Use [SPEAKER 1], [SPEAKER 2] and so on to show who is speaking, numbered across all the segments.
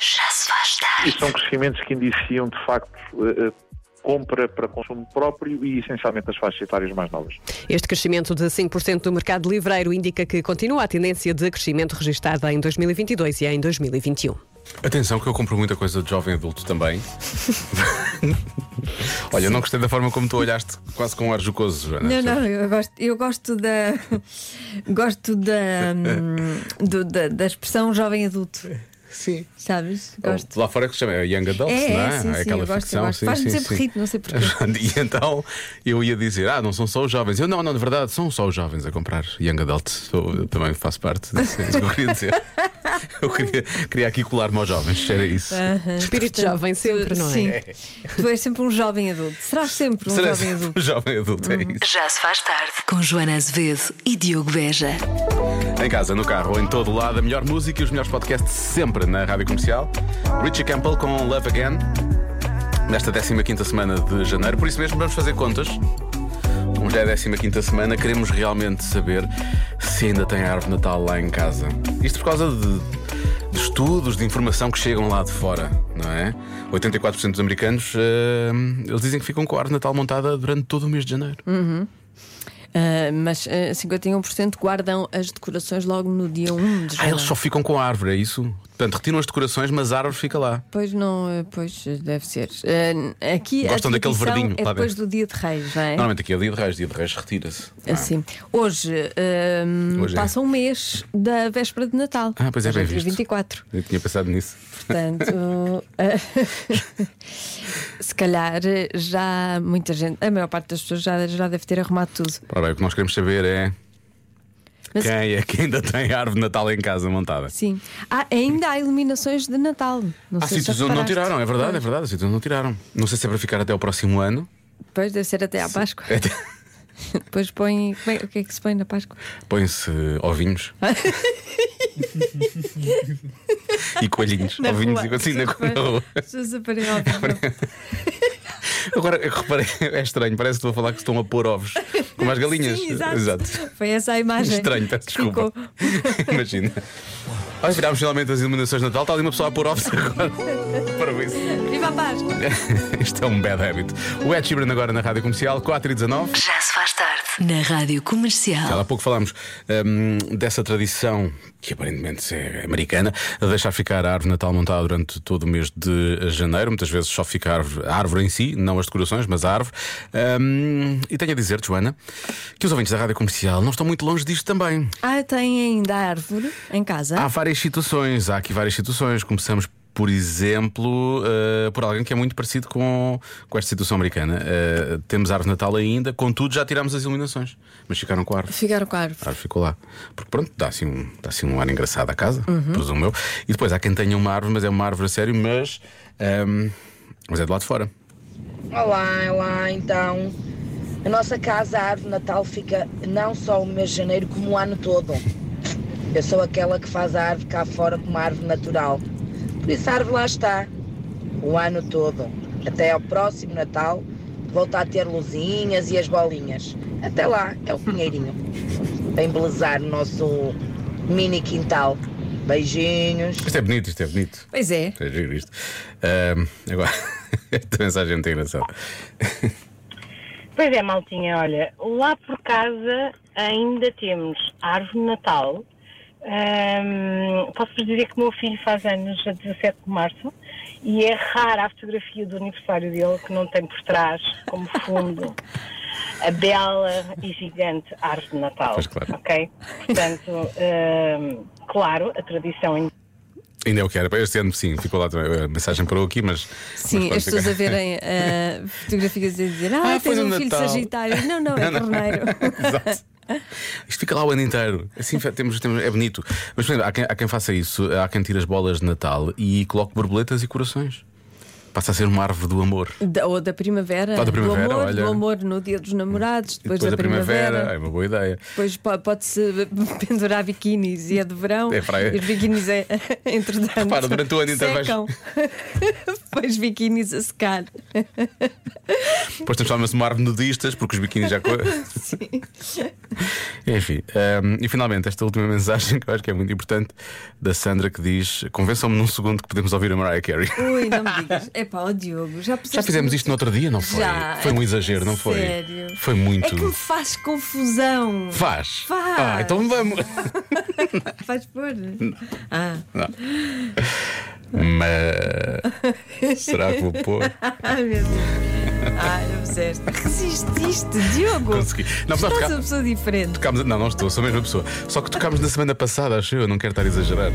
[SPEAKER 1] se faz tarde.
[SPEAKER 2] E são crescimentos que indiciam, de facto, eh, eh, compra para consumo próprio e essencialmente nas faixas etárias mais novas.
[SPEAKER 3] Este crescimento de 5% do mercado livreiro indica que continua a tendência de crescimento registada em 2022 e um. em 2021.
[SPEAKER 4] Atenção que eu compro muita coisa de jovem adulto também. Olha, eu não gostei da forma como tu olhaste, quase com um ar jocoso, Joana.
[SPEAKER 5] Não, não, eu gosto, eu gosto da. gosto da, hum, do- da. da expressão jovem adulto,
[SPEAKER 4] Sim.
[SPEAKER 5] sabes? Gosto.
[SPEAKER 4] Lá fora é que se chama é Young Adults,
[SPEAKER 5] É,
[SPEAKER 4] não
[SPEAKER 5] é,
[SPEAKER 4] é?
[SPEAKER 5] sim,
[SPEAKER 4] É
[SPEAKER 5] sim,
[SPEAKER 4] aquela
[SPEAKER 5] eu gosto, eu
[SPEAKER 4] ficção.
[SPEAKER 5] gosto.
[SPEAKER 4] sim,
[SPEAKER 5] Faz-me
[SPEAKER 4] sim,
[SPEAKER 5] sempre
[SPEAKER 4] sim.
[SPEAKER 5] rir, não sei porquê.
[SPEAKER 4] E então eu ia dizer: Ah, não são só os jovens. Eu, não, não, de verdade, são só os jovens a comprar Young Adults. Eu, eu também faço parte disso. É isso que eu queria dizer. Eu queria, queria aqui colar-me aos jovens, era isso.
[SPEAKER 5] Aham.
[SPEAKER 3] Espírito jovem sempre, não é?
[SPEAKER 5] Sim. Tu és sempre um jovem adulto. Serás sempre um
[SPEAKER 4] Será
[SPEAKER 5] jovem
[SPEAKER 4] sempre
[SPEAKER 5] adulto.
[SPEAKER 4] um jovem adulto,
[SPEAKER 5] Uhum.
[SPEAKER 4] é isso.
[SPEAKER 1] Já se faz tarde. Com Joana Azevedo e Diogo Beja.
[SPEAKER 4] Em casa, no carro, em todo lado, a melhor música e os melhores podcasts sempre na Rádio Comercial. Richie Campbell com Love Again, nesta 15 semana de janeiro. Por isso mesmo, vamos fazer contas. Vamos já à 15 semana, queremos realmente saber se ainda tem a árvore de natal lá em casa. Isto por causa de, de estudos, de informação que chegam lá de fora, não é? 84% dos americanos, eh, eles dizem que ficam com a árvore de natal montada durante todo o mês de janeiro.
[SPEAKER 5] Ah, mas ah, 51% guardam as decorações logo no dia 1
[SPEAKER 4] Ah,
[SPEAKER 5] de janeiro.
[SPEAKER 4] eles só ficam com a árvore, é isso? Portanto, retiram as decorações, mas a árvore fica lá.
[SPEAKER 5] Pois não, ah, pois ah, deve ser. Ah, aqui
[SPEAKER 4] Gostam
[SPEAKER 5] a
[SPEAKER 4] daquele
[SPEAKER 5] tradição
[SPEAKER 4] verdinho
[SPEAKER 5] É
[SPEAKER 4] lá
[SPEAKER 5] depois
[SPEAKER 4] dentro.
[SPEAKER 5] do dia de reis, não é?
[SPEAKER 4] Normalmente aqui é dia de reis, dia de reis retira-se.
[SPEAKER 5] Assim. Hoje, hum,
[SPEAKER 4] Hoje é.
[SPEAKER 5] passa um mês da véspera de Natal.
[SPEAKER 4] Ah, pois é,
[SPEAKER 5] Hoje
[SPEAKER 4] bem
[SPEAKER 5] dia
[SPEAKER 4] visto.
[SPEAKER 5] 24.
[SPEAKER 4] Eu tinha pensado nisso.
[SPEAKER 5] Portanto, eh, se calhar eh, já muita gente, a maior parte das pessoas já, já deve ter arrumado tudo.
[SPEAKER 4] Ora bem, o que nós queremos saber é
[SPEAKER 5] Mas-
[SPEAKER 4] quem é que ainda tem a árvore de Natal em casa montada.
[SPEAKER 5] Sim. Ah, ainda há iluminações de Natal. Não
[SPEAKER 4] Há
[SPEAKER 5] sei se
[SPEAKER 4] sítios
[SPEAKER 5] já
[SPEAKER 4] onde não
[SPEAKER 5] reparaste.
[SPEAKER 4] tiraram, é verdade, é verdade, há sítios onde não tiraram. Não sei se é para ficar até o próximo ano.
[SPEAKER 5] Depois deve ser até à Páscoa.
[SPEAKER 4] Até-
[SPEAKER 5] Depois põe. como é- o que é que se põe na Páscoa?
[SPEAKER 4] Põe-se ovinhos. e coelhinhos. ovinhos e coelhinhos na, na rua.
[SPEAKER 5] As pessoas aparelham ao vivo.
[SPEAKER 4] Agora eu reparei, é estranho, parece que estou a falar que estão a pôr ovos, como as galinhas.
[SPEAKER 5] Sim, exato. Foi essa a imagem.
[SPEAKER 4] Estranho, peço
[SPEAKER 5] que
[SPEAKER 4] desculpa.
[SPEAKER 5] Ah, ficou.
[SPEAKER 4] Imagina. Olha, virámos finalmente as iluminações de Natal, está ali uma pessoa a pôr ovos agora. Para isso.
[SPEAKER 5] Viva a Páscoa!
[SPEAKER 4] Isto é um bad habit. O Ed Sheeran agora na Rádio Comercial, 4 e 19.
[SPEAKER 1] Já se faz tarde. Na Rádio Comercial.
[SPEAKER 4] Há pouco falámos hum, dessa tradição, que aparentemente é americana, de deixar ficar a árvore de Natal montada durante todo o mês de janeiro. Muitas vezes só fica a árvore, a árvore em si, não as decorações, mas a árvore. Hum, e tenho a dizer, Joana, que os ouvintes da Rádio Comercial não estão muito longe disto também.
[SPEAKER 5] Ah, tem ainda a árvore em casa?
[SPEAKER 4] Há várias situações, há aqui várias situações. Começamos, por exemplo, eh, por alguém que é muito parecido com, com esta situação americana. Eh, temos árvore de Natal ainda, contudo já tirámos as iluminações, mas ficaram com a árvore.
[SPEAKER 5] Ficaram com a árvore.
[SPEAKER 4] A árvore ficou lá. Porque pronto, dá assim um, dá assim um ar engraçado à casa, presumo eu. E depois há quem tenha uma árvore, mas é uma árvore a sério, mas, ehm, mas é do lado de fora.
[SPEAKER 6] Olá, olá, então. A nossa casa, a árvore de Natal, fica não só o mês de janeiro, como o ano todo. Eu sou aquela que faz a árvore cá fora como árvore natural. Por isso a árvore lá está, o ano todo. Até ao próximo Natal, volta a ter luzinhas e as bolinhas. Até lá, é o pinheirinho. Para embelezar o nosso mini quintal. Beijinhos.
[SPEAKER 4] Isto é bonito, isto é bonito.
[SPEAKER 5] Pois é.
[SPEAKER 4] Isto é giro isto. Ehm, agora, esta mensagem é muito engraçada.
[SPEAKER 7] Pois é, Maltinha, olha, lá por casa ainda temos a árvore de Natal. Ahm, Posso-vos dizer que o meu filho faz anos a 17 de março e é rara a fotografia do aniversário dele que não tem por trás, como fundo, a bela e gigante árvore de Natal.
[SPEAKER 4] Pois claro.
[SPEAKER 7] Ok? Portanto, ahm, claro, a tradição ainda.
[SPEAKER 4] Ainda é o que era. Este ano, sim, ficou lá também. A mensagem parou aqui, mas. mas
[SPEAKER 5] Sim,
[SPEAKER 4] pronto,
[SPEAKER 5] as pessoas
[SPEAKER 4] fica-
[SPEAKER 5] a verem ah, fotografias e a dizer Ah,
[SPEAKER 4] Ah, foi
[SPEAKER 5] tens
[SPEAKER 4] no
[SPEAKER 5] um filho de
[SPEAKER 4] Natal."
[SPEAKER 5] Sagitário. Não, não, é carneiro.
[SPEAKER 4] Exato. Isto fica lá o ano inteiro. Assim fe- temos, temos- é bonito. Mas por exemplo, há, quem, há quem faça isso, há quem tire as bolas de Natal e coloque borboletas e corações. Passa a ser uma árvore do amor.
[SPEAKER 5] Da- ou da primavera,
[SPEAKER 4] Ou da primavera,
[SPEAKER 5] do, amor,
[SPEAKER 4] olha.
[SPEAKER 5] do amor no dia dos namorados,
[SPEAKER 4] E
[SPEAKER 5] depois, da, primavera.
[SPEAKER 4] é uma boa ideia.
[SPEAKER 5] Depois po- pode-se pendurar biquinis e é de verão.
[SPEAKER 4] É praia.
[SPEAKER 5] E os biquinis, é, entretanto,
[SPEAKER 4] Repara, durante o ano inteiro vais-
[SPEAKER 5] secam. Depois biquinis a secar.
[SPEAKER 4] Depois transforma-se numa árvore nudistas, porque os biquínis já. co- Enfim, hum, e finalmente esta última mensagem que eu acho que é muito importante da Sandra que diz: convençam-me num segundo que podemos ouvir a Mariah Carey.
[SPEAKER 5] Ui, não me digas. É pá, ó Diogo, já puseste-
[SPEAKER 4] Já fizemos isto no outro dia, não foi?
[SPEAKER 5] Já.
[SPEAKER 4] Foi um exagero, não foi?
[SPEAKER 5] Sério.
[SPEAKER 4] Foi muito.
[SPEAKER 5] É que me faz confusão.
[SPEAKER 4] Faz.
[SPEAKER 5] Faz.
[SPEAKER 4] Ah, então vamos.
[SPEAKER 5] Faz pôr. Ah,
[SPEAKER 4] Mas. Será que vou pôr?
[SPEAKER 5] ah, meu Deus. Ah, não fizeste. Resististe, Diogo.
[SPEAKER 4] Consegui. Não, mas nós
[SPEAKER 5] Estás
[SPEAKER 4] toca-
[SPEAKER 5] uma pessoa diferente.
[SPEAKER 4] tocámos- Não, não estou, sou a mesma pessoa. Só que tocámos na semana passada, acho eu, não quero estar a exagerar.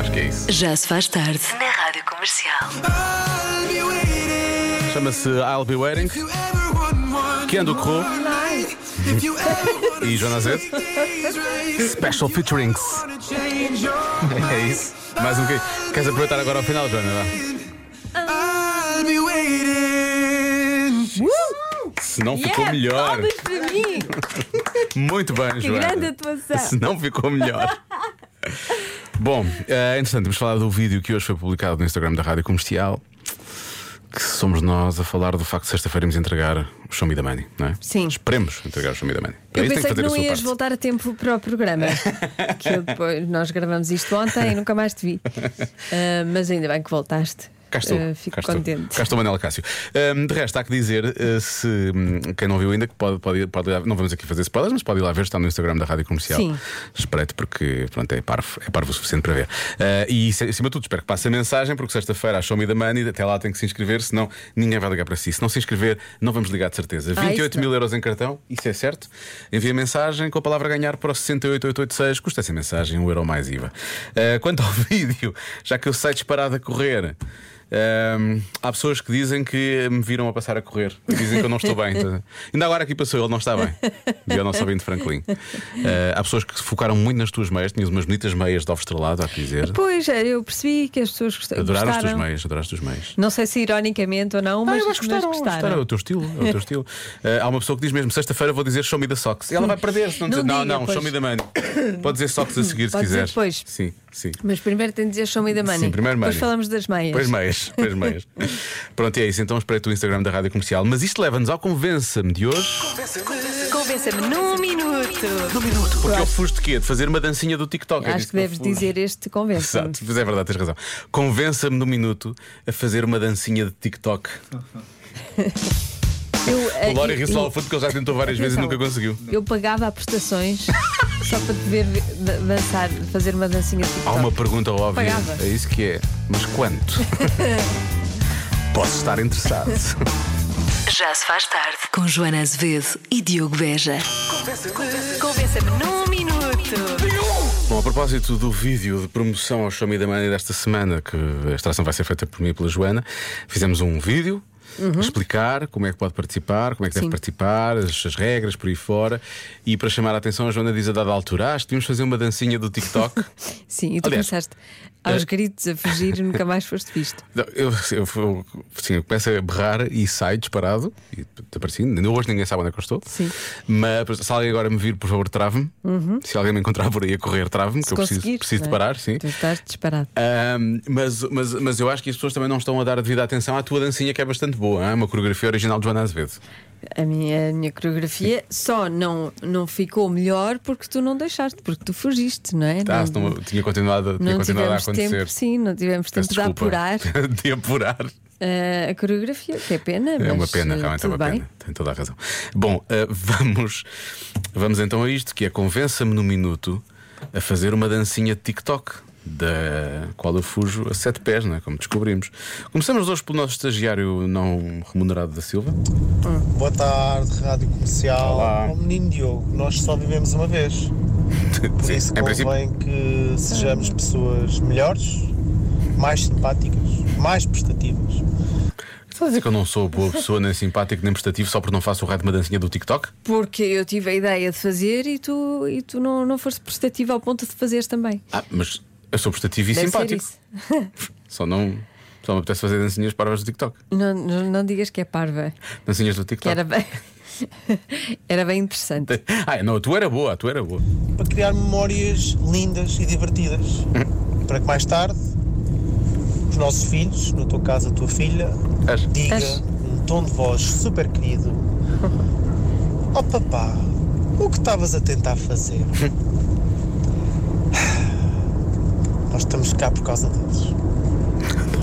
[SPEAKER 4] Acho que é isso.
[SPEAKER 1] Já se faz tarde na Rádio Comercial.
[SPEAKER 4] Chama-se I'll Be Waiting. Keanu Corro e Jonas Zed. Special featurings. É isso. Mais um bocadinho. Queres aproveitar agora ao final, Joana? Vá. Uh! Se não ficou
[SPEAKER 5] Yeah,
[SPEAKER 4] melhor.
[SPEAKER 5] Palmas para mim.
[SPEAKER 4] Muito bem,
[SPEAKER 5] Que
[SPEAKER 4] Joana.
[SPEAKER 5] grande atuação.
[SPEAKER 4] Se não ficou melhor. Bom, é interessante, vamos falar do vídeo que hoje foi publicado no Instagram da Rádio Comercial. Que somos nós a falar do facto de sexta-feira irmos entregar o Show Me the Money, não é?
[SPEAKER 5] Sim.
[SPEAKER 4] Esperemos entregar o Show Me the Money. Para
[SPEAKER 5] Eu
[SPEAKER 4] é isso tem
[SPEAKER 5] pensei que,
[SPEAKER 4] fazer
[SPEAKER 5] não
[SPEAKER 4] a sua
[SPEAKER 5] ias
[SPEAKER 4] parte.
[SPEAKER 5] voltar a tempo para o programa. que eu depois, nós gravamos isto ontem e nunca mais te vi. Ah, mas ainda bem que voltaste.
[SPEAKER 4] Cá estou.
[SPEAKER 5] Ah, fico
[SPEAKER 4] cá estou.
[SPEAKER 5] contente.
[SPEAKER 4] Cá estou, Manela Cássio. Hum, de resto, há que dizer, eh, se hum, quem não viu ainda, que pode, pode, ir- pode ir lá, não vamos aqui fazer spoilers, mas pode ir lá ver, está no Instagram da Rádio Comercial.
[SPEAKER 5] Sim.
[SPEAKER 4] Espreito, porque pronto, é, parvo, é parvo o suficiente para ver. Eh, e, se- acima de tudo, espero que passe a mensagem, porque sexta-feira há Show Me the Money, até lá tem que se inscrever, senão ninguém vai ligar para si. Se não se inscrever, não vamos ligar de certeza.
[SPEAKER 5] Ah, isso
[SPEAKER 4] 28 mil
[SPEAKER 5] não.
[SPEAKER 4] euros em cartão, isso é certo. Envia mensagem com a palavra ganhar para o 68886. Custa essa mensagem, um euro mais IVA. Ah, quanto ao vídeo, já que eu sei disparado a correr. ahm, há pessoas que dizem que me viram a passar a correr e dizem que eu não estou bem. Então, Ainda agora aqui passou, ele não está bem. E eu não sabia de Franklin. Ah, há pessoas que se focaram muito nas tuas meias, tinhas umas bonitas meias de alvo estrelado, há que dizer.
[SPEAKER 5] Pois, é, eu percebi que as pessoas gosta-
[SPEAKER 4] Adoraram as tuas
[SPEAKER 5] gostaram.
[SPEAKER 4] meias, adoraram as tuas meias.
[SPEAKER 5] Não sei se ironicamente ou não, mas,
[SPEAKER 4] Ah, eu
[SPEAKER 5] mas
[SPEAKER 4] acho que gostaram, gostaram. É o teu estilo. É o teu estilo. Eh, há uma pessoa que diz mesmo: sexta-feira vou dizer show me the socks. E ela vai perder se não
[SPEAKER 5] Não
[SPEAKER 4] dizer. Não,
[SPEAKER 5] diga,
[SPEAKER 4] não,
[SPEAKER 5] pois.
[SPEAKER 4] show me the money. Pode dizer socks a seguir se
[SPEAKER 5] Pode dizer
[SPEAKER 4] quiseres.
[SPEAKER 5] depois.
[SPEAKER 4] Sim, sim.
[SPEAKER 5] Mas primeiro tem de dizer show me the money.
[SPEAKER 4] Sim, primeiro
[SPEAKER 5] Depois
[SPEAKER 4] money.
[SPEAKER 5] falamos das meias.
[SPEAKER 4] Pois meias, pois meias. Pronto, e é isso. Então espreito o Instagram da Rádio Comercial. Mas isto leva-nos ao Convença-me de hoje.
[SPEAKER 5] Convença-me num minuto.
[SPEAKER 4] Porque eu fuste quê? De fazer uma dancinha do TikTok. É
[SPEAKER 5] Acho
[SPEAKER 4] disso
[SPEAKER 5] que deves
[SPEAKER 4] eu fujo.
[SPEAKER 5] dizer este convença-me.
[SPEAKER 4] Exato, mas é verdade, tens razão. Convença-me no minuto a fazer uma dancinha de TikTok.
[SPEAKER 5] Eu,
[SPEAKER 4] O
[SPEAKER 5] eh,
[SPEAKER 4] Lória
[SPEAKER 5] e-
[SPEAKER 4] riu-se lá ao fundo que ele já tentou várias vezes e nunca conseguiu.
[SPEAKER 5] Eu pagava a prestações só para te ver da- dançar, fazer uma dancinha de
[SPEAKER 4] Há
[SPEAKER 5] TikTok.
[SPEAKER 4] uma pergunta óbvia.
[SPEAKER 5] Pagava.
[SPEAKER 4] É isso que é. Mas quanto? Posso estar interessado.
[SPEAKER 1] Já se faz tarde com Joana Azevedo e Diogo Veja.
[SPEAKER 4] Bom, a propósito do vídeo de promoção ao Show Me the Money desta semana, que a extração vai ser feita por mim e pela Joana, fizemos um vídeo. a Explicar como é que pode participar, como é que deve participar, as, as regras por aí fora. E para chamar a atenção, a Joana diz a dada altura: Ah, devíamos fazer uma dancinha do TikTok.
[SPEAKER 5] Sim, e tu
[SPEAKER 4] Aliás, eh,
[SPEAKER 5] começaste aos gritos a fugir e nunca mais foste visto.
[SPEAKER 4] Não, eu, eu, eu- sim, eu começo a berrar e saio disparado e desaparecido. Ainda Hoje ninguém sabe onde é que eu estou.
[SPEAKER 5] Sim. Uhum.
[SPEAKER 4] Mas se alguém agora me vir, por favor, trave-me. Se alguém me encontrar por aí a correr, trave-me, que eu preciso,
[SPEAKER 5] conseguires,
[SPEAKER 4] preciso de
[SPEAKER 5] não é?
[SPEAKER 4] parar. Sim.
[SPEAKER 5] Tu estás disparado.
[SPEAKER 4] Ahm, mas, mas, mas eu acho que as pessoas também não estão a dar a devida atenção à tua dancinha, que é bastante boa. É uma coreografia original de Joana Azevedo.
[SPEAKER 5] A minha, a minha coreografia só não, não ficou melhor porque tu não deixaste, porque tu fugiste, não é?
[SPEAKER 4] Ah,
[SPEAKER 5] não,
[SPEAKER 4] se não- tinha continuado, tinha
[SPEAKER 5] não
[SPEAKER 4] continuado a
[SPEAKER 5] tivemos
[SPEAKER 4] acontecer.
[SPEAKER 5] tempo, sim, não tivemos tempo
[SPEAKER 4] Peço
[SPEAKER 5] de apurar
[SPEAKER 4] desculpa. de apurar.
[SPEAKER 5] eh, a coreografia, que é pena.
[SPEAKER 4] É
[SPEAKER 5] mas,
[SPEAKER 4] uma pena,
[SPEAKER 5] eh,
[SPEAKER 4] realmente é
[SPEAKER 5] tudo
[SPEAKER 4] uma
[SPEAKER 5] bem.
[SPEAKER 4] pena. Tem toda a razão. Bom, eh, vamos, vamos então a isto, que é convença-me no minuto a fazer uma dancinha de TikTok, da qual eu fujo a sete pés, não é? como descobrimos. Começamos hoje pelo nosso estagiário não remunerado da Silva.
[SPEAKER 8] Boa tarde, Rádio Comercial.
[SPEAKER 4] Olá.
[SPEAKER 8] Oh, menino Diogo, nós só vivemos uma vez. Por isso
[SPEAKER 4] em princípio-
[SPEAKER 8] convém que sejamos pessoas melhores, mais simpáticas, mais prestativas.
[SPEAKER 4] Estás a dizer que eu não sou boa pessoa, nem simpático, nem prestativo, só porque não faço o raio de uma dancinha do TikTok?
[SPEAKER 5] Porque eu tive a ideia de fazer e tu, e tu não, não foste prestativa ao ponto de fazeres também.
[SPEAKER 4] Ah, mas eu sou prestativo e
[SPEAKER 5] Deve ser
[SPEAKER 4] simpático.
[SPEAKER 5] isso.
[SPEAKER 4] Só não. Só me apetece fazer dancinhas parvas do TikTok.
[SPEAKER 5] Não, não, não digas que é parva,
[SPEAKER 4] Dancinhas do
[SPEAKER 5] que
[SPEAKER 4] TikTok.
[SPEAKER 5] era bem, era bem interessante.
[SPEAKER 4] Ah, não, a tua era boa, a tua era boa.
[SPEAKER 8] Para criar memórias lindas e divertidas.
[SPEAKER 4] Hum.
[SPEAKER 8] Para que mais tarde os nossos filhos, no teu caso a tua filha,
[SPEAKER 4] Acho.
[SPEAKER 8] diga um
[SPEAKER 5] Acho.
[SPEAKER 8] num tom de voz super querido: Oh papá, O que estavas a tentar fazer? Nós estamos cá por causa deles.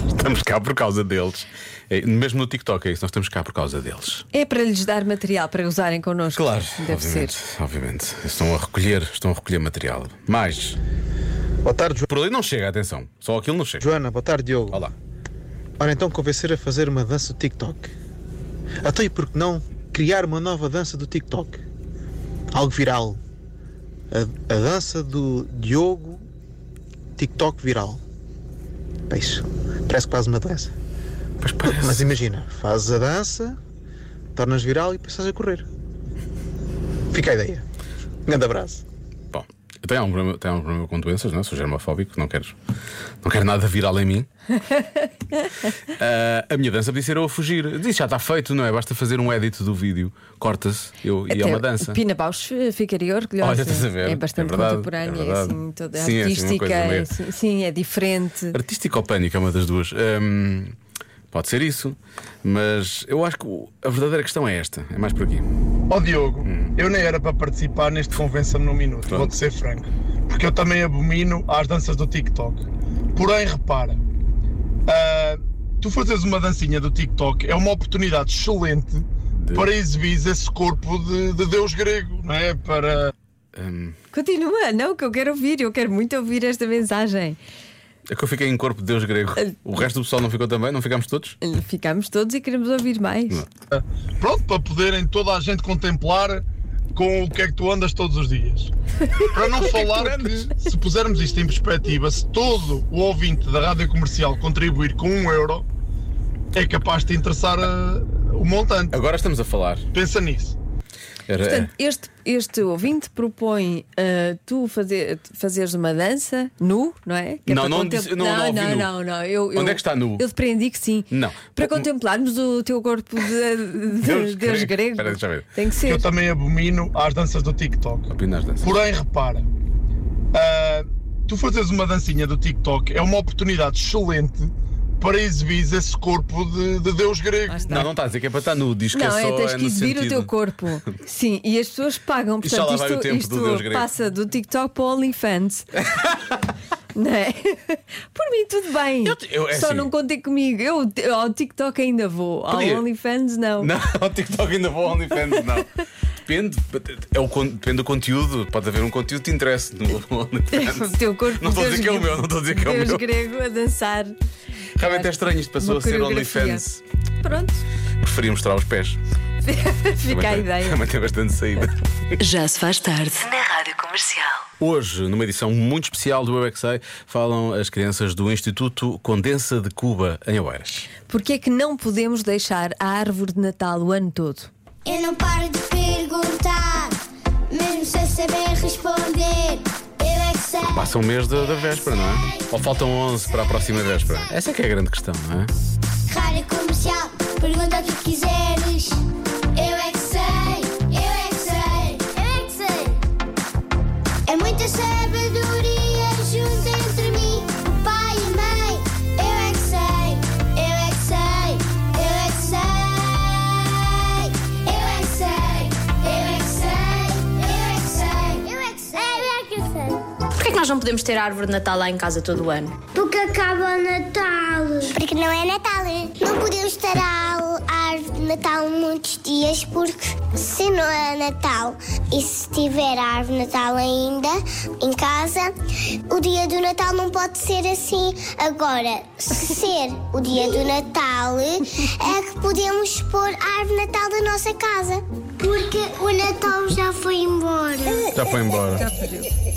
[SPEAKER 4] Estamos cá por causa deles. É, Mesmo no TikTok é isso, nós estamos cá por causa deles.
[SPEAKER 5] É para lhes dar material para usarem connosco. Deve
[SPEAKER 4] obviamente,
[SPEAKER 5] ser.
[SPEAKER 4] obviamente. Estão a recolher, estão a recolher material. Mais,
[SPEAKER 8] Boa tarde, Jo-
[SPEAKER 4] por ali não chega, atenção. Só aquilo não chega.
[SPEAKER 8] Joana. Boa tarde, Diogo.
[SPEAKER 4] Olá.
[SPEAKER 8] Ora, então convencer a fazer uma dança do TikTok. Até e por que não criar uma nova dança do TikTok? Algo viral. A, a dança do Diogo TikTok viral. Pá, Isso. Parece quase uma doença.
[SPEAKER 4] Pois parece.
[SPEAKER 8] Mas imagina, fazes a dança, tornas viral e passas a correr. Fica a ideia. Um Grande abraço.
[SPEAKER 4] Bom, eu tenho algum problema, tenho algum problema com doenças, não é? Sou germofóbico, não quero, não quero nada viral em mim. Ah, a minha dança podia ser eu a fugir. Diz, já está feito, não é? Basta fazer um edit do vídeo, corta-se eu, e é
[SPEAKER 5] Até
[SPEAKER 4] uma dança.
[SPEAKER 5] Pina Bausch eh, ficaria orgulhosa.
[SPEAKER 4] Olha, estás a ver?
[SPEAKER 5] É bastante
[SPEAKER 4] É verdade,
[SPEAKER 5] contemporânea,
[SPEAKER 4] é
[SPEAKER 5] é
[SPEAKER 4] verdade.
[SPEAKER 5] assim, toda
[SPEAKER 4] Sim, é assim, uma
[SPEAKER 5] artística.
[SPEAKER 4] coisa meio-
[SPEAKER 5] é assim- sim, é diferente.
[SPEAKER 4] Artístico ou pânico é uma das duas. Hum, pode ser isso, mas eu acho que o- a verdadeira questão é esta. É mais por aqui.
[SPEAKER 9] Ó Diogo, eu nem era para participar neste Convença-me num Minuto,
[SPEAKER 4] Pronto.
[SPEAKER 9] vou-te ser franco. Porque eu também abomino às danças do TikTok. Porém, repara, ah, tu fazes uma dancinha do TikTok é uma oportunidade excelente para exibir esse corpo de, de deus grego, não é? Para.
[SPEAKER 5] Continua, não, que eu quero ouvir, eu quero muito ouvir esta mensagem.
[SPEAKER 4] É que eu fiquei em corpo de Deus grego.
[SPEAKER 5] Ah.
[SPEAKER 4] O resto do pessoal não ficou também? Não ficámos todos?
[SPEAKER 5] Ficamos todos e queremos ouvir mais.
[SPEAKER 4] é.
[SPEAKER 9] Pronto, para poderem toda a gente contemplar com o que é que tu andas todos os dias. Para não falar que, se pusermos isto em perspectiva, se todo o ouvinte da rádio comercial contribuir com um euro, é capaz de interessar ah, o montante.
[SPEAKER 4] Agora estamos a falar.
[SPEAKER 9] Pensa nisso.
[SPEAKER 4] Era- é,
[SPEAKER 5] Portanto, este, este ouvinte propõe ah, tu fazer, fazeres uma dança nu, não é? Que é
[SPEAKER 4] Não,
[SPEAKER 5] para
[SPEAKER 4] não
[SPEAKER 5] contem-
[SPEAKER 4] disse- não, não
[SPEAKER 5] não,
[SPEAKER 4] ouvi nu.
[SPEAKER 5] não, não, não. Eu,
[SPEAKER 4] Onde
[SPEAKER 5] eu-
[SPEAKER 4] é que está nu?
[SPEAKER 5] Eu depreendi que sim.
[SPEAKER 4] Não.
[SPEAKER 5] Para
[SPEAKER 4] Um-
[SPEAKER 5] contemplarmos o teu corpo de, de-
[SPEAKER 4] Deus
[SPEAKER 5] Deus,
[SPEAKER 4] grego.
[SPEAKER 5] grego.
[SPEAKER 4] Espera, deixa eu ver.
[SPEAKER 5] Tem que
[SPEAKER 9] Eu
[SPEAKER 5] ser.
[SPEAKER 9] também abomino às danças do TikTok.
[SPEAKER 4] Opina as danças.
[SPEAKER 9] Porém, repara, ah, tu fazes uma dancinha do TikTok é uma oportunidade excelente para exibir esse corpo de, de deus grego.
[SPEAKER 5] Lá está.
[SPEAKER 4] Não, não está a dizer que é para estar nu. Diz que
[SPEAKER 5] Não,
[SPEAKER 4] é só
[SPEAKER 5] é, tens
[SPEAKER 4] é
[SPEAKER 5] que
[SPEAKER 4] no
[SPEAKER 5] exibir o
[SPEAKER 4] sentido-
[SPEAKER 5] teu corpo. Sim, e as pessoas pagam.
[SPEAKER 4] Isto já
[SPEAKER 5] Portanto,
[SPEAKER 4] lá vai o tempo do
[SPEAKER 5] isto
[SPEAKER 4] Deus grego.
[SPEAKER 5] passa do TikTok para o OnlyFans. não é? Por mim, tudo bem.
[SPEAKER 4] Eu te- eu- é
[SPEAKER 5] Só
[SPEAKER 4] assim.
[SPEAKER 5] não contem comigo. Eu, eu ao TikTok ainda vou, ao
[SPEAKER 4] Podia.
[SPEAKER 5] OnlyFans não.
[SPEAKER 4] Não, o TikTok ainda vou ao OnlyFans, não. Depende, é o, con- depende do conteúdo. Pode haver um conteúdo que te interesse no OnlyFans.
[SPEAKER 5] O teu corpo
[SPEAKER 4] Não estou a
[SPEAKER 5] Deus
[SPEAKER 4] dizer que é o
[SPEAKER 5] grego-
[SPEAKER 4] meu, não estou a dizer que é o
[SPEAKER 5] Deus
[SPEAKER 4] meu.
[SPEAKER 5] grego a dançar.
[SPEAKER 4] Realmente é estranho, isto passou
[SPEAKER 5] Uma
[SPEAKER 4] a ser
[SPEAKER 5] coreografia.
[SPEAKER 4] OnlyFans.
[SPEAKER 5] Pronto,
[SPEAKER 4] Preferia mostrar os pés.
[SPEAKER 5] fica a
[SPEAKER 4] Também tem-
[SPEAKER 5] ideia.
[SPEAKER 4] Também tem bastante saída.
[SPEAKER 1] Já se faz tarde na Rádio Comercial.
[SPEAKER 4] Hoje, numa edição muito especial do UXA, falam as crianças do Instituto Condensa de Cuba, em Oeiras.
[SPEAKER 5] Porquê é que não podemos deixar a árvore de Natal o ano todo?
[SPEAKER 10] Eu não paro de perguntar, mesmo sem saber responder. Eu é que sei.
[SPEAKER 4] Passa um mês da, da véspera, não é? Ou faltam 11 para a próxima véspera? Essa é que é a grande questão, não é?
[SPEAKER 10] Rádio comercial, pergunta o que quiseres. Eu é que sei, eu é que sei, eu é que sei. É muita sabedoria junto entre mim, o pai e a mãe. Eu é que sei, eu é que sei, eu é que sei. Eu é que sei, eu é que sei, eu é que sei. Eu é que sei, eu é que sei.
[SPEAKER 11] Porquê é que nós não podemos ter árvore de Natal lá em casa todo o ano?
[SPEAKER 10] Porque acaba o Natal. Porque não é Natal. Não podemos ter a a árvore de Natal muitos dias, porque se não é Natal e se tiver a árvore de Natal ainda em casa, o dia do Natal não pode ser assim. Agora, se ser o dia do Natal, é que podemos pôr a árvore de Natal da nossa casa. Porque o Natal já foi embora.
[SPEAKER 4] Já foi embora.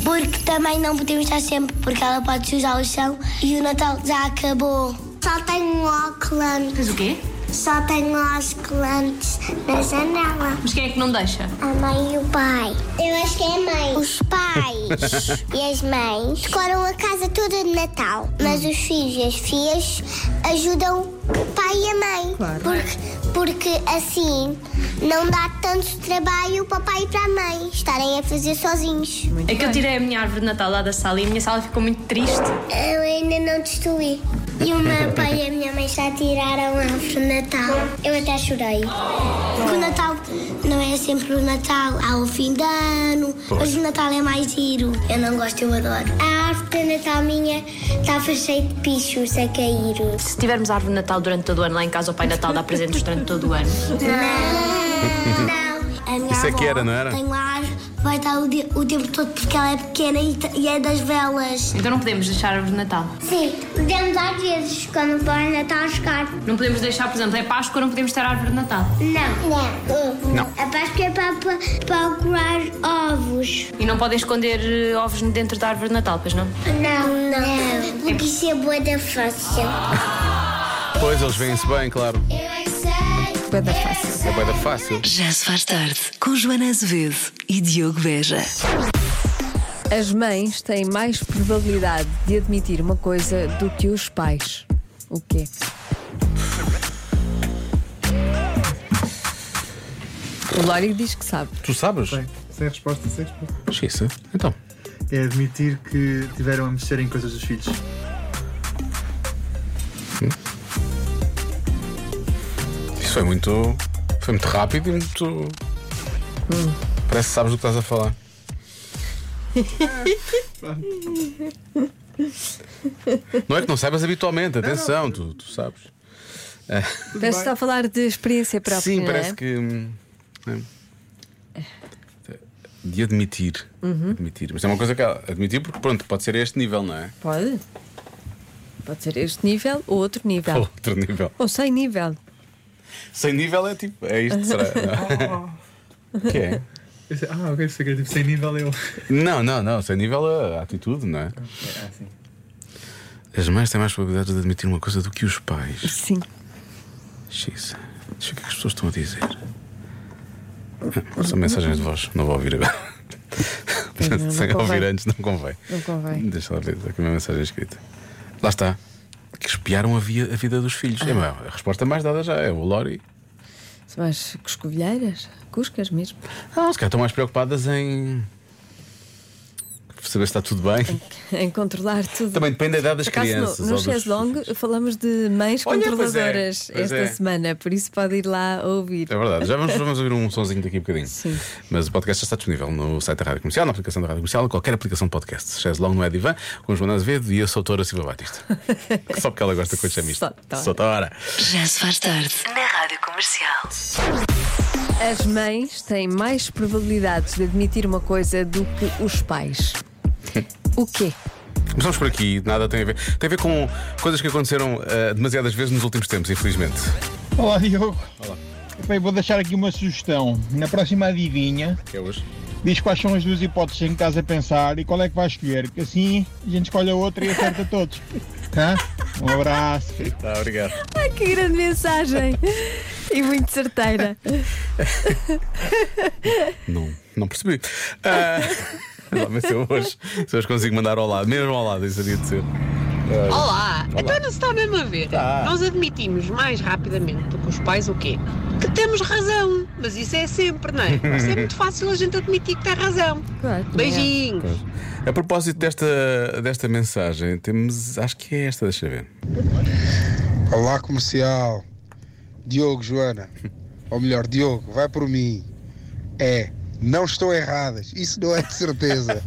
[SPEAKER 10] Porque também não podemos estar sempre, porque ela pode sujar o chão e o Natal já acabou. Só tenho um óculos,
[SPEAKER 11] Mas o quê?
[SPEAKER 10] só tenho óculos na janela.
[SPEAKER 11] Mas quem é que não deixa?
[SPEAKER 10] A mãe e o pai. Eu acho que é a mãe. Os pais e as mães decoram a casa toda de Natal, mas os filhos e as filhas ajudam o pai e a mãe. Porque, porque assim não dá tanto trabalho para o pai e para a mãe estarem a fazer sozinhos.
[SPEAKER 11] é que eu tirei a minha árvore de Natal lá da sala e a minha sala ficou muito triste.
[SPEAKER 10] Eu ainda não destruí. E o meu pai e a minha mãe mães já tiraram a árvore de Natal. Eu até chorei. Porque o Natal não é sempre o Natal. Há o fim de ano,
[SPEAKER 12] Pois.
[SPEAKER 10] mas o Natal é mais giro. Eu não gosto, eu adoro. A árvore de Natal minha estava cheia de pichos a cair.
[SPEAKER 11] Se tivermos árvore de Natal durante todo o ano lá em casa, o Pai Natal dá presentes durante todo o ano.
[SPEAKER 10] A minha
[SPEAKER 4] Isso é
[SPEAKER 10] avó
[SPEAKER 4] que era, não era?
[SPEAKER 10] Tem lá, vai estar o, dia- o tempo todo porque ela é pequena e, t- e é das velas.
[SPEAKER 11] Então não podemos deixar a árvore de Natal.
[SPEAKER 10] Sim, podemos às vezes quando o Pai Natal chegar.
[SPEAKER 11] Não podemos deixar, por exemplo, é Páscoa, não podemos ter árvore de Natal.
[SPEAKER 10] Não, não.
[SPEAKER 11] Não.
[SPEAKER 10] A Páscoa é para, para, para curar ovos.
[SPEAKER 11] E não podem esconder eh, ovos dentro da árvore de Natal, pois não?
[SPEAKER 10] Não, não. Porque isso é boa da fácil.
[SPEAKER 4] Pois eles veem-se bem, claro.
[SPEAKER 10] Eu é que sei.
[SPEAKER 5] Boa da fácil.
[SPEAKER 4] É bem fácil.
[SPEAKER 1] Já se faz tarde com Joana Azevedo e Diogo Beja.
[SPEAKER 5] As mães têm mais probabilidade de admitir uma coisa do que os pais. O quê? O Lório diz que sabe.
[SPEAKER 4] Tu sabes?
[SPEAKER 13] Sem resposta, sem resposta.
[SPEAKER 4] Esqueça. Então.
[SPEAKER 13] É admitir que tiveram a mexer em coisas dos filhos.
[SPEAKER 4] Hum. Isso foi muito. Foi muito rápido e muito.
[SPEAKER 13] Hum.
[SPEAKER 4] Parece que sabes do que estás a falar. Não é que não saibas habitualmente, atenção, Tu, tu sabes. É.
[SPEAKER 5] Parece que está a falar de experiência própria.
[SPEAKER 4] Sim,
[SPEAKER 5] não
[SPEAKER 4] parece
[SPEAKER 5] é?
[SPEAKER 4] que. hum, é. De admitir.
[SPEAKER 5] Uhum.
[SPEAKER 4] Admitir. Mas é uma coisa que ela- admitir porque pronto, pode ser a este nível, não é?
[SPEAKER 5] Pode. Pode ser este nível ou outro nível.
[SPEAKER 4] Outro nível.
[SPEAKER 5] Ou sem nível.
[SPEAKER 4] Sem nível é tipo. É isto, será? Não.
[SPEAKER 5] Oh.
[SPEAKER 4] que é?
[SPEAKER 13] Eu sei- ah, ok, sei que é tipo sem nível eu.
[SPEAKER 4] Não, não, não. Sem nível é a atitude, não é?
[SPEAKER 13] assim.
[SPEAKER 4] As mães têm mais probabilidades de admitir uma coisa do que os pais.
[SPEAKER 5] Sim.
[SPEAKER 4] Xisa. Deixa eu ver o que as pessoas estão a dizer. Ah, São mensagens de voz, não vou ouvir agora.
[SPEAKER 5] Pois não, não
[SPEAKER 4] Sem
[SPEAKER 5] convém.
[SPEAKER 4] ouvir antes, não convém.
[SPEAKER 5] Não convém.
[SPEAKER 4] Deixa lá ver, está aqui uma mensagem escrita. Lá está. Que espiaram a, via- a vida dos filhos. É, bom, a resposta mais dada já é o Lori.
[SPEAKER 5] São mais cuscovilheiras, cuscas mesmo.
[SPEAKER 4] Ah, se calhar estão mais preocupadas em. saber se está tudo bem.
[SPEAKER 5] Em controlar tudo.
[SPEAKER 4] Também depende da idade das
[SPEAKER 5] Por acaso,
[SPEAKER 4] crianças.
[SPEAKER 5] No,
[SPEAKER 4] ou
[SPEAKER 5] no
[SPEAKER 4] dos-
[SPEAKER 5] Chess Long falamos de mães
[SPEAKER 4] Olha, pois é,
[SPEAKER 5] controladoras
[SPEAKER 4] pois
[SPEAKER 5] esta
[SPEAKER 4] é.
[SPEAKER 5] semana, por isso pode ir lá ouvir.
[SPEAKER 4] É verdade, já vamos, vamos ouvir um sonzinho daqui a bocadinho. Sim. Mas o podcast já está disponível no site da Rádio Comercial, na aplicação da Rádio Comercial, em qualquer aplicação de podcast. Chaz Long não é divã, com Joana Azevedo e eu sou a Tora Silva Batista. Só porque ela gosta de coisa mista. Sou Tora.
[SPEAKER 1] Já se faz tarde na Rádio Comercial.
[SPEAKER 5] As mães têm mais probabilidades de admitir uma coisa do que os pais. O quê?
[SPEAKER 4] Começamos por aqui, nada tem a ver. Tem a ver com coisas que aconteceram ah, demasiadas vezes nos últimos tempos, infelizmente.
[SPEAKER 14] Olá, Diogo.
[SPEAKER 4] Olá.
[SPEAKER 14] Bem, vou deixar aqui uma sugestão. Na próxima adivinha,
[SPEAKER 4] Que é hoje?
[SPEAKER 14] diz quais são as duas hipóteses em que estás a pensar e qual é que vais escolher. Que assim a gente escolhe a outra e acerta todos. Tá? Um abraço.
[SPEAKER 4] Tá, obrigado.
[SPEAKER 5] Ai, que grande mensagem! e muito certeira.
[SPEAKER 4] Não percebi. Ah, lá, mas se eu hoje, se eu hoje consigo mandar ao lado, mesmo ao lado, isso havia de ser. Ah,
[SPEAKER 15] Olá! Então não se está mesmo a ver.
[SPEAKER 4] Tá.
[SPEAKER 15] Nós admitimos mais rapidamente do que os pais o quê? Que temos razão. Mas isso é sempre, não é? Isso é muito fácil a gente admitir que tem razão.
[SPEAKER 3] É.
[SPEAKER 15] Beijinhos!
[SPEAKER 4] A propósito desta, desta mensagem, temos. Acho que é esta, deixa eu ver.
[SPEAKER 16] Olá, comercial. Diogo, Joana. Ou melhor, Diogo, vai por mim. É, não estão erradas. Isso não é de certeza.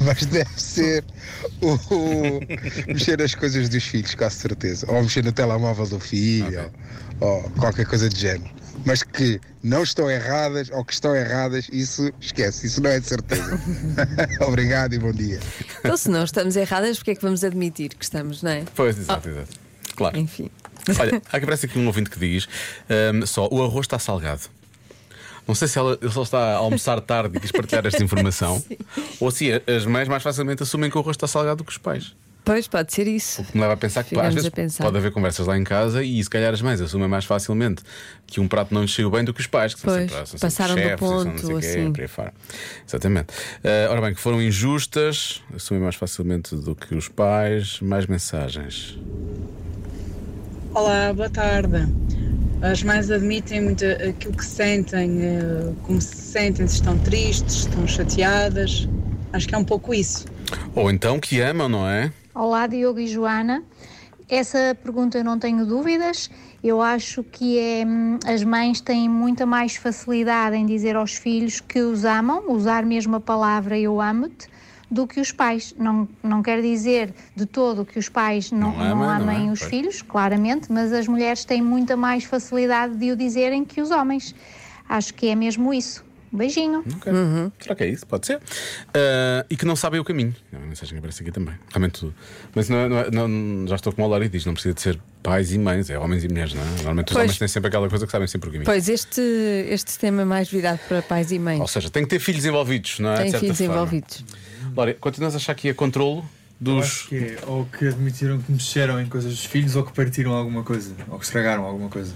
[SPEAKER 16] Mas deve ser o, o- mexer nas coisas dos filhos, com a certeza. Ou mexer no telemóvel do filho, ou, ou qualquer coisa do género. Mas que não estão erradas ou que estão erradas, isso esquece. Isso não é de certeza. Obrigado e bom dia.
[SPEAKER 5] Então, se não estamos erradas, porque é que vamos admitir que estamos, não é?
[SPEAKER 4] Pois, exato, exato. Claro.
[SPEAKER 5] Enfim.
[SPEAKER 4] Olha, há que parece aqui um ouvinte que diz: ahm, só o arroz está salgado. Não sei se ela, se ela está a almoçar tarde e quis partilhar esta informação, ou se a- as mães mais facilmente assumem que o arroz está salgado do que os pais.
[SPEAKER 5] Pois, pode ser isso.
[SPEAKER 4] Me leva a pensar que
[SPEAKER 5] Ficamos
[SPEAKER 4] às vezes
[SPEAKER 5] a pensar.
[SPEAKER 4] pode haver conversas lá em casa e se calhar as mães assumem mais facilmente que um prato não lhes chegou bem do que os pais, que são
[SPEAKER 5] Pois,
[SPEAKER 4] sempre, são sempre
[SPEAKER 5] passaram do
[SPEAKER 4] chefes, e são não sei
[SPEAKER 5] ponto,
[SPEAKER 4] o quê,
[SPEAKER 5] assim.
[SPEAKER 4] por aí fora. Exatamente. Ah, ora bem, que foram injustas, assumem mais facilmente do que os pais, mais mensagens.
[SPEAKER 17] Olá, boa tarde. As mães admitem muito aquilo que sentem, eh, como se sentem, se estão tristes, se estão chateadas. Acho que é um pouco isso.
[SPEAKER 4] Ou então que amam, não é?
[SPEAKER 18] Olá, Diogo e Joana.
[SPEAKER 12] Essa pergunta eu não tenho dúvidas. Eu acho que é, hum, as mães têm muita mais facilidade em dizer aos filhos que os amam, usar mesmo a palavra eu amo-te, do que os pais. Não, não quer dizer de todo que os pais não,
[SPEAKER 18] Não
[SPEAKER 12] não,
[SPEAKER 18] amam, não
[SPEAKER 12] amem
[SPEAKER 18] é?
[SPEAKER 12] os
[SPEAKER 18] Pois.
[SPEAKER 12] filhos, claramente, mas as mulheres têm muita mais facilidade de o dizerem que os homens. Acho que é mesmo isso. Beijinho.
[SPEAKER 5] Uhum.
[SPEAKER 4] Será que é isso? Pode ser. Ah, e que não sabem o caminho. É uma mensagem que aparece aqui também. Realmente tudo. Mas não é- não é- não- já estou com o Lari diz: não precisa de ser pais e mães, é homens e mulheres, não é? Normalmente os
[SPEAKER 5] Pois.
[SPEAKER 4] homens têm sempre aquela coisa que sabem sempre o caminho.
[SPEAKER 5] Pois, este, este tema é mais virado para pais e mães.
[SPEAKER 4] Ou seja, tem que ter filhos envolvidos, não é? De
[SPEAKER 5] Tem
[SPEAKER 4] certa
[SPEAKER 5] filhos
[SPEAKER 4] forma.
[SPEAKER 5] envolvidos.
[SPEAKER 4] Lori, continuas a achar que é controlo
[SPEAKER 13] Eu
[SPEAKER 4] dos.
[SPEAKER 13] acho que é, ou que admitiram que mexeram em coisas dos filhos, ou que partiram alguma coisa, ou que estragaram alguma coisa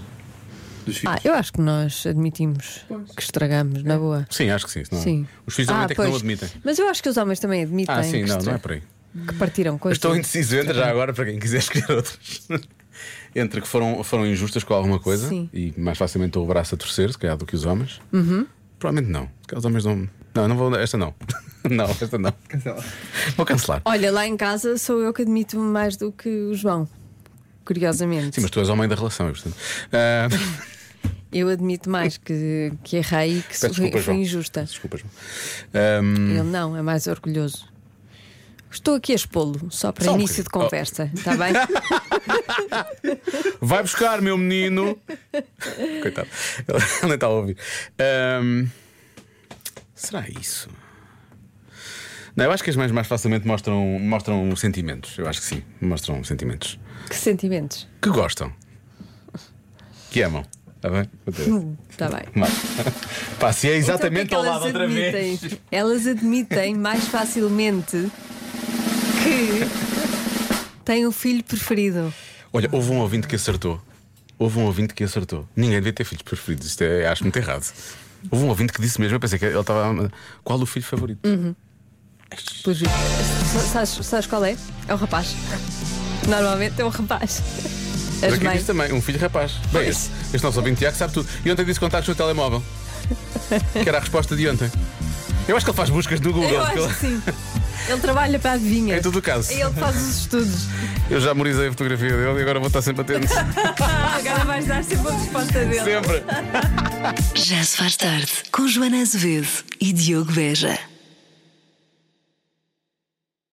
[SPEAKER 13] dos filhos.
[SPEAKER 5] Ah,
[SPEAKER 4] Tipo-
[SPEAKER 5] eu acho que nós admitimos que estragamos, na boa.
[SPEAKER 4] Sim, acho que sim. senão-
[SPEAKER 5] Sim.
[SPEAKER 4] Os filhos também
[SPEAKER 5] Ah,
[SPEAKER 4] têm que não
[SPEAKER 5] pois.
[SPEAKER 4] admitem.
[SPEAKER 5] Mas eu acho que os homens também admitem.
[SPEAKER 4] Ah, sim,
[SPEAKER 5] que,
[SPEAKER 4] não,
[SPEAKER 5] estra-
[SPEAKER 4] não é por aí.
[SPEAKER 5] que partiram
[SPEAKER 4] Eu
[SPEAKER 5] coisas.
[SPEAKER 4] Estou indeciso, entra já agora para quem quiser escolher outros. Entre que foram, foram injustas com alguma coisa
[SPEAKER 5] Sim.
[SPEAKER 4] e mais facilmente dou o braço a torcer, se calhar, do que os homens.
[SPEAKER 5] Uhum.
[SPEAKER 4] Provavelmente não. Porque os homens não. Não, não vou. Esta não. não, esta não. Vou cancelar.
[SPEAKER 5] Olha, lá em casa sou eu que admito mais do que o João. Curiosamente.
[SPEAKER 4] Sim, mas tu és homem da relação, e, portanto. ah,
[SPEAKER 5] Eu admito mais que, que errei e que
[SPEAKER 4] Peço
[SPEAKER 5] sou-
[SPEAKER 4] desculpa,
[SPEAKER 5] fui
[SPEAKER 4] João. Hum.
[SPEAKER 5] injusta.
[SPEAKER 4] desculpa, João. Ahm,
[SPEAKER 5] Ele não, é mais orgulhoso. Estou aqui a expô-lo, só para
[SPEAKER 4] Só um
[SPEAKER 5] início de
[SPEAKER 4] bocadinho. Oh.
[SPEAKER 5] conversa, está bem?
[SPEAKER 4] Vai buscar, meu menino. Coitado, ele nem está a ouvir. Ahm, será isso? Não, eu acho que as mães mais facilmente mostram, mostram sentimentos. Eu acho que sim, mostram sentimentos.
[SPEAKER 5] que sentimentos.
[SPEAKER 4] Que gostam. Que amam. Está bem? Vou ter-
[SPEAKER 5] Está Tá bem.
[SPEAKER 4] Vai. Pá, se é
[SPEAKER 5] Hum. Então, o
[SPEAKER 4] exatamente
[SPEAKER 5] que é que
[SPEAKER 4] ao lado outra
[SPEAKER 5] elas
[SPEAKER 4] vez.
[SPEAKER 5] admitem? Elas admitem mais facilmente que têm o filho preferido.
[SPEAKER 4] Olha, houve um ouvinte que acertou. Houve um ouvinte que acertou. Ninguém devia ter filhos preferidos. Isto é, acho muito errado. Houve um ouvinte que disse mesmo. Eu pensei que ele estava. Qual o filho favorito?
[SPEAKER 5] Uhum. Por justo. Sabes, sabes qual é? É o rapaz. Normalmente é o rapaz.
[SPEAKER 4] Mas
[SPEAKER 5] As
[SPEAKER 4] aqui diz
[SPEAKER 5] mães.
[SPEAKER 4] também, um filho rapaz. Bem, este, este nosso ouvinte Tiago sabe tudo. E ontem disse contatos no telemóvel. Que era a resposta de ontem. Eu acho que ele faz buscas no Google.
[SPEAKER 5] Eu acho
[SPEAKER 4] porque
[SPEAKER 5] que
[SPEAKER 4] ele-
[SPEAKER 5] sim. Ele trabalha para adivinhar.
[SPEAKER 4] Em todo o caso.
[SPEAKER 5] Ele faz os estudos.
[SPEAKER 4] Eu já memorizei a fotografia dele e agora vou estar sempre atento.
[SPEAKER 5] Agora vais dar sempre a resposta dele.
[SPEAKER 4] Sempre.
[SPEAKER 1] Já se faz tarde com Joana Azevedo e Diogo Veja.